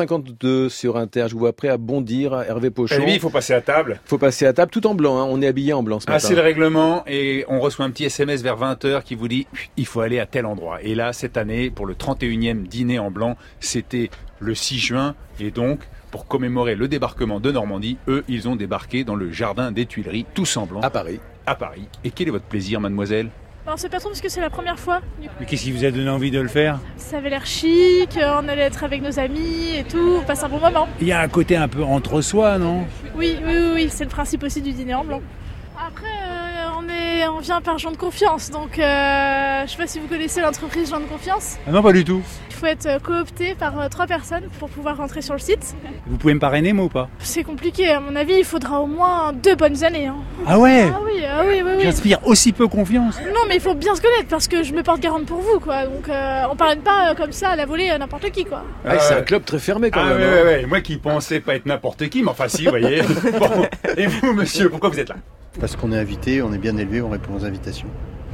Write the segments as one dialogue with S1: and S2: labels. S1: 8h52 sur Inter, je vous vois prêt à bondir, Hervé Pochon.
S2: Eh oui, il faut passer à table.
S1: Faut passer à table tout en blanc, hein. on est habillé en blanc ce
S2: Ah,
S1: matin.
S2: c'est le règlement et on reçoit un petit SMS vers 20h qui vous dit il faut aller à tel endroit. Et là, cette année, pour le 31e dîner en blanc, c'était le 6 juin et donc pour commémorer le débarquement de Normandie, eux, ils ont débarqué dans le jardin des Tuileries, tous en
S3: Ah.
S2: blanc,
S1: À Paris.
S2: à Paris. Et quel est votre plaisir, mademoiselle
S4: Alors c'est pas trop parce que c'est la première fois. Du coup,
S3: Mais qu'est-ce qui vous a donné envie de le faire
S4: ça avait l'air chic, euh, on allait être avec nos amis et tout, on passe un bon moment.
S3: Il y a un côté un peu entre soi, non
S4: Oui, oui, oui, oui, c'est le principe aussi du dîner en blanc. Après, euh, on, est, on vient par gens de confiance, donc euh, je sais pas si vous connaissez l'entreprise gens de confiance.
S3: Ah Non, pas du tout.
S4: Il faut être euh, coopté par euh, trois personnes pour pouvoir rentrer sur le site.
S3: Vous pouvez me parrainer, moi, ou pas
S4: C'est compliqué, à mon avis, il faudra au moins deux bonnes années. hein.
S3: Ah ouais
S4: Ah oui, ah oui, oui, oui.
S3: J'inspire aussi peu confiance.
S4: Non, mais il faut bien se connaître parce que je me porte garante pour vous, quoi. Donc euh, on parle pas euh, comme ça à la volée à n'importe qui, quoi.
S1: Ah, c'est
S2: Euh,
S1: un club très fermé quand
S2: Ah
S1: même.
S2: ouais,
S1: hein.
S2: ouais, ouais. moi qui pensais pas être n'importe qui, mais enfin si, vous voyez. Bon. Et vous, monsieur, pourquoi vous êtes là
S5: Parce qu'on est invité, on est bien élevé, on répond aux invitations.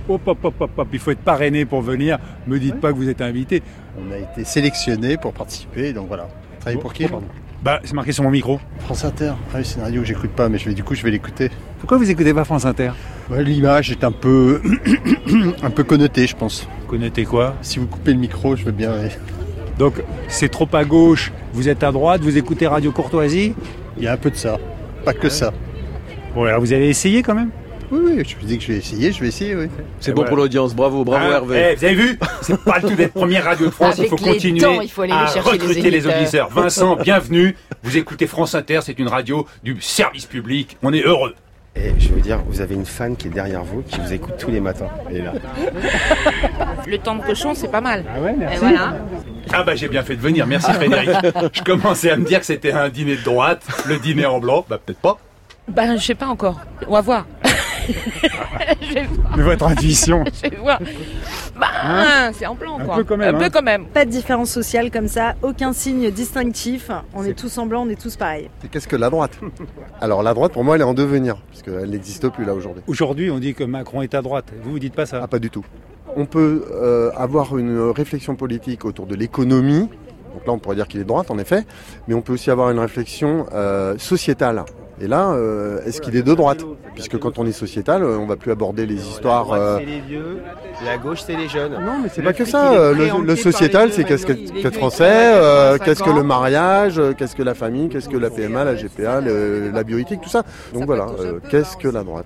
S3: Hop, hop, hop, hop, hop, il faut être parrainé pour venir. Me dites pas que vous êtes invité.
S5: On a été sélectionné pour participer, donc voilà. Travailler pour qui pardon
S3: Bah, c'est marqué sur mon micro.
S5: France Inter. Ah oui, c'est une radio que j'écoute pas, mais je vais, du coup, je vais l'écouter.
S3: Pourquoi vous écoutez pas France Inter
S5: Ouais, L'image est un peu, un peu connotée, je pense.
S3: Vous connaissez quoi
S5: Si vous coupez le micro, je veux bien.
S3: Donc, c'est trop à gauche, vous êtes à droite, vous écoutez Radio Courtoisie.
S5: Il y a un peu de ça, pas que ça.
S3: Bon, alors vous allez essayer quand même
S5: Oui, oui, je vous dis que je vais essayer, je vais essayer, oui.
S1: C'est
S2: Et
S1: bon
S2: voilà.
S1: pour l'audience, bravo, bravo
S2: Ah,
S1: Hervé.
S2: eh, vous avez vu C'est pas le tout d'être première radio de France. il
S6: Avec
S2: faut
S6: les
S2: continuer
S6: dents, il faut aller
S2: à
S6: chercher les
S2: recruter les
S6: auditeurs.
S2: auditeurs. Vincent, bienvenue. Vous écoutez France Inter, c'est une radio du service public. On est heureux.
S7: Et je veux dire, vous avez une fan qui est derrière vous, qui vous écoute tous les matins. Elle est là.
S8: Le temps de cochon, c'est pas mal.
S3: Ah ouais,
S8: Et voilà.
S2: Ah bah j'ai bien fait de venir, merci Frédéric. Je commençais à me dire que c'était un dîner de droite, le dîner en blanc, bah peut-être pas.
S8: Ben, je sais pas encore. On va voir. je, vais,
S3: Mais votre intuition.
S8: je vais voir. Ben, c'est en blanc,
S3: Hein Un
S8: quoi.
S3: peu quand même,
S8: Un
S3: hein.
S8: peu quand même.
S9: Pas de différence sociale comme ça, aucun signe distinctif. On est, tous en blanc, on est tous pareils.
S7: Qu'est-ce que la droite Alors la droite, pour moi, elle est en devenir, parce qu'elle n'existe plus là aujourd'hui.
S3: Aujourd'hui, on dit que Macron est à droite. Vous, vous dites pas ça
S7: Ah, pas du tout. On peut euh, avoir une réflexion politique autour de l'économie. Donc là, on pourrait dire qu'il est de droite, en effet. Mais on peut aussi avoir une réflexion euh, sociétale. Et là, euh, est-ce qu'il est de droite Puisque quand on est sociétal, euh, on va plus aborder les histoires. euh,
S10: les vieux, la gauche c'est les jeunes.
S7: Non, mais c'est pas que
S10: fric, il est
S7: ça. euh, Le,
S10: préempté
S7: le
S10: par
S7: sociétal,
S10: les
S7: c'est
S10: deux
S7: qu'est-ce que-
S10: minorités. Les
S7: qu'être
S10: vieux,
S7: français,
S10: ils ont
S7: euh,
S10: 85
S7: qu'est-ce que le
S10: ans.
S7: mariage, euh, qu'est-ce que la famille, qu'est-ce que la PMA, la GPA, le- la bioéthique, tout ça. Donc voilà, euh, qu'est-ce que la droite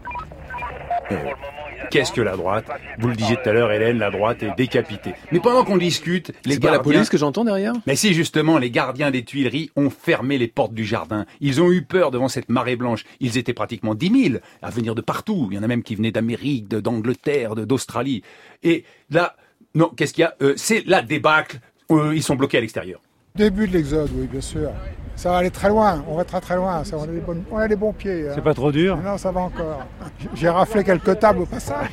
S2: Qu'est-ce que la droite Vous le disiez tout à l'heure, Hélène, la droite est décapitée. Mais pendant qu'on discute, les
S1: C'est pas la
S2: gardiens-
S1: police que j'entends derrière
S2: Mais si justement les gardiens des Tuileries ont fermé les portes du jardin, ils ont eu peur devant cette marée blanche. Ils étaient pratiquement 10 000 à venir de partout. Il y en a même qui venaient d'Amérique, de- d'Angleterre, de- d'Australie. Et là, non, qu'est-ce qu'il y a Euh, C'est la débâcle. Euh, ils sont bloqués à l'extérieur.
S11: Début de l'exode, oui, bien sûr. Ça va aller très loin, on va très très loin. Ça, on, a des bonnes- on a des bons pieds. hein.
S3: C'est pas trop dur
S11: Non, ça va encore. J'ai raflé quelques tables au passage.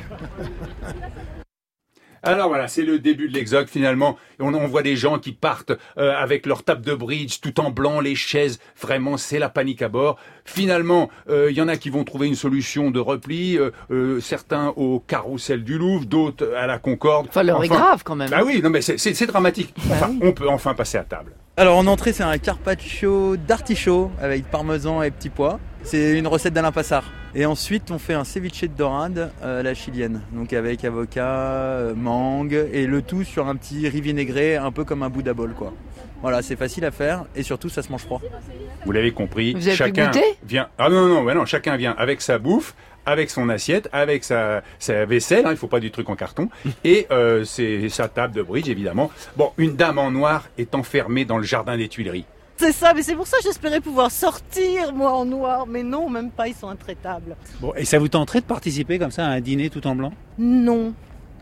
S2: Alors voilà, c'est le début de l'exode finalement. Et on, on voit des gens qui partent euh, avec leur table de bridge, tout en blanc, les chaises. Vraiment, c'est la panique à bord. Finalement, euh, il y en a qui vont trouver une solution de repli. euh, euh, certains au carrousel du Louvre, d'autres à la Concorde.
S6: Enfin, l'heure est
S2: Enfin,
S6: grave Bah quand même.
S2: Bah oui, non mais c'est- c'est c'est dramatique. Enfin, on peut enfin passer à table.
S10: Alors en entrée c'est un carpaccio d'artichaut avec parmesan et petits pois. C'est une recette d'Alain Passard. Et ensuite on fait un ceviche de dorade euh, à la chilienne, donc avec avocat, euh, mangue et le tout sur un petit riz vinaigré, un peu comme un bout d'abol quoi. Voilà, c'est facile à faire et surtout ça se mange froid.
S2: Vous l'avez compris.
S6: Vous avez pu
S2: chacun
S6: goûter
S2: vient. Ah non, non, mais non, chacun vient avec sa bouffe, avec son assiette, avec sa, sa vaisselle. hein, il faut pas du truc en carton. Et euh, c'est sa table de bridge, évidemment. Bon, une dame en noir est enfermée dans le jardin des Tuileries.
S9: C'est ça, mais c'est pour ça que j'espérais pouvoir sortir, moi, en noir. Mais non, même pas, ils sont intraitables.
S3: Bon, et ça vous tenterait de participer comme ça à un dîner tout en blanc
S9: Non.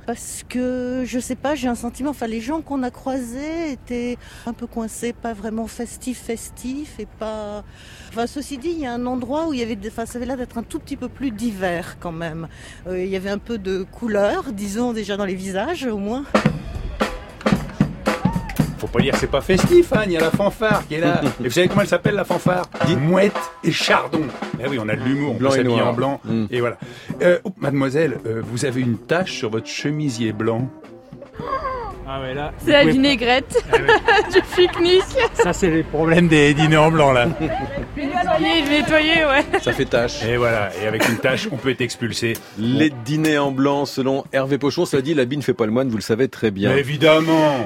S9: Parce que, je sais pas, j'ai un sentiment, enfin, les gens qu'on a croisés étaient un peu coincés, pas vraiment festifs, festifs, et pas... Enfin, ceci dit, il y a un endroit où il y avait, des... enfin, ça avait l'air d'être un tout petit peu plus divers, quand même. Euh, il y avait un peu de couleur, disons, déjà dans les visages, au moins.
S2: Faut pas dire que c'est pas festif, hein. Il y a la fanfare qui est là. Et vous savez comment elle s'appelle la fanfare Mouette et Chardon. Ah oui, on a de l'humour, on
S1: Blanc
S2: peut
S1: et
S2: s'habiller
S1: noir.
S2: en blanc.
S1: Mm.
S2: Et voilà. Euh, oups, mademoiselle, euh, vous avez une tache sur votre chemisier blanc.
S3: Ah ouais, là,
S8: C'est la
S3: vous pouvez
S8: vinaigrette du pique-nique.
S3: pas- Ça, c'est les problèmes des dîners en blanc, là.
S8: Nettoyer, nettoyer, ouais.
S1: Ça fait tâche.
S2: Et voilà, et avec une tâche, on peut être expulsé. Eh
S1: Les dîners en blanc, selon Hervé Pochon, ça dit la bille ne fait pas le moine, vous le savez très bien.
S2: Mais évidemment